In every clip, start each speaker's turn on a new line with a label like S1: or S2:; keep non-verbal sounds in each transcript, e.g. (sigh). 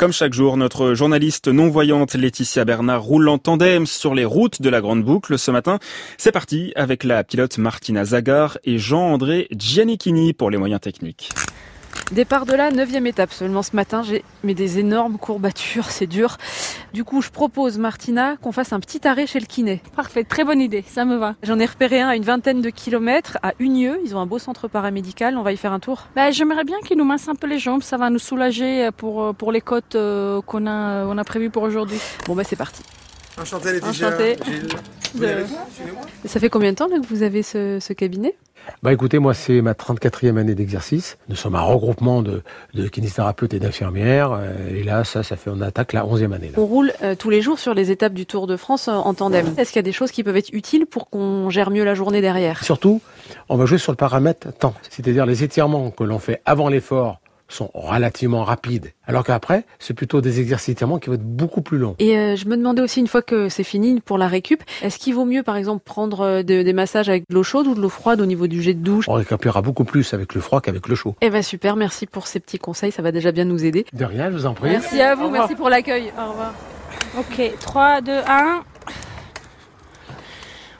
S1: Comme chaque jour, notre journaliste non-voyante Laetitia Bernard roule en tandem sur les routes de la Grande Boucle ce matin. C'est parti avec la pilote Martina Zagar et Jean-André Giannichini pour les moyens techniques.
S2: Départ de la neuvième étape seulement ce matin, j'ai mais des énormes courbatures, c'est dur. Du coup, je propose Martina qu'on fasse un petit arrêt chez le kiné.
S3: Parfait, très bonne idée, ça me va.
S2: J'en ai repéré un à une vingtaine de kilomètres à Unieux, ils ont un beau centre paramédical, on va y faire un tour.
S3: Bah, J'aimerais bien qu'il nous masse un peu les jambes, ça va nous soulager euh, pour, pour les côtes euh, qu'on a, on a prévues pour aujourd'hui.
S2: Bon bah c'est parti.
S4: Enchanté les
S2: Enchanté.
S4: Gilles. Vous
S2: De-
S4: y allez Suivez-moi.
S2: Ça fait combien de temps là, que vous avez ce, ce cabinet
S5: Bah écoutez, moi c'est ma 34e année d'exercice. Nous sommes un regroupement de, de kinésithérapeutes et d'infirmières. euh, Et là, ça, ça fait, on attaque la 11e année. là.
S2: On roule euh, tous les jours sur les étapes du Tour de France euh, en tandem. Est-ce qu'il y a des choses qui peuvent être utiles pour qu'on gère mieux la journée derrière
S5: Surtout, on va jouer sur le paramètre temps. C'est-à-dire les étirements que l'on fait avant l'effort sont relativement rapides. Alors qu'après, c'est plutôt des exercices d'étirement qui vont être beaucoup plus longs.
S2: Et euh, je me demandais aussi, une fois que c'est fini pour la récup, est-ce qu'il vaut mieux, par exemple, prendre euh, de- des massages avec de l'eau chaude ou de l'eau froide au niveau du jet de douche
S5: On récupérera beaucoup plus avec le froid qu'avec le chaud.
S2: Eh ben super, merci pour ces petits conseils, ça va déjà bien nous aider.
S5: De rien, je vous en prie.
S2: Merci à vous,
S3: revoir.
S2: merci pour l'accueil.
S3: Au revoir. Ok, 3, 2, 1.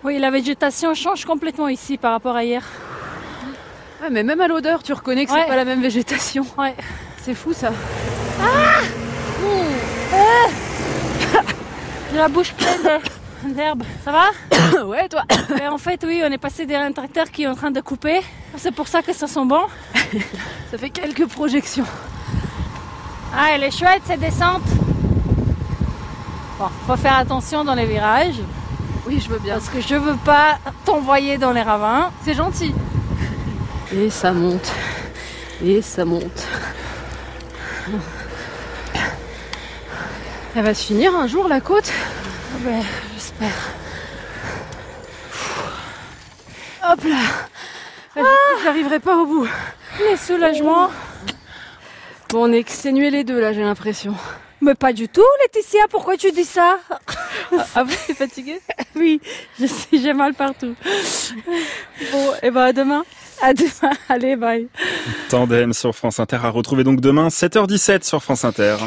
S3: Oui, la végétation change complètement ici par rapport à hier.
S2: Ouais, mais même à l'odeur, tu reconnais que c'est
S3: Ouais.
S2: pas la même végétation.
S3: Ouais.
S2: C'est fou ça.
S3: J'ai la bouche pleine (coughs) de- d'herbe. Ça
S2: (coughs)
S3: va
S2: ouais,
S3: (coughs)
S2: toi.
S3: Mais En fait, oui, on est passé derrière un tracteur qui est en train de couper. C'est pour ça que ça sent bon.
S2: Ça fait quelques projections.
S3: Ah, elle est chouette cette descente. Bon, faut faire attention dans les virages
S2: Oui, je veux bien.
S3: parce que je veux pas t'envoyer dans les ravins.
S2: C'est gentil. Et ça monte. Et ça monte. Elle va se finir un jour la côte. Ah ben,
S3: Ouais, j'espère.
S2: Hop là. Ah, J'arriverai pas au bout.
S3: Les soulagements,
S2: Bon, on est exténués les deux là, j'ai l'impression.
S3: mais pas du tout, Laetitia. Pourquoi tu dis ça
S2: Ah, vous, t'es fatiguée
S3: (laughs) Oui, je sais, j'ai mal partout.
S2: Bon, et ben à demain.
S3: À demain. Allez, bye.
S1: Tandem sur France Inter à retrouver donc demain 7h17 sur France Inter.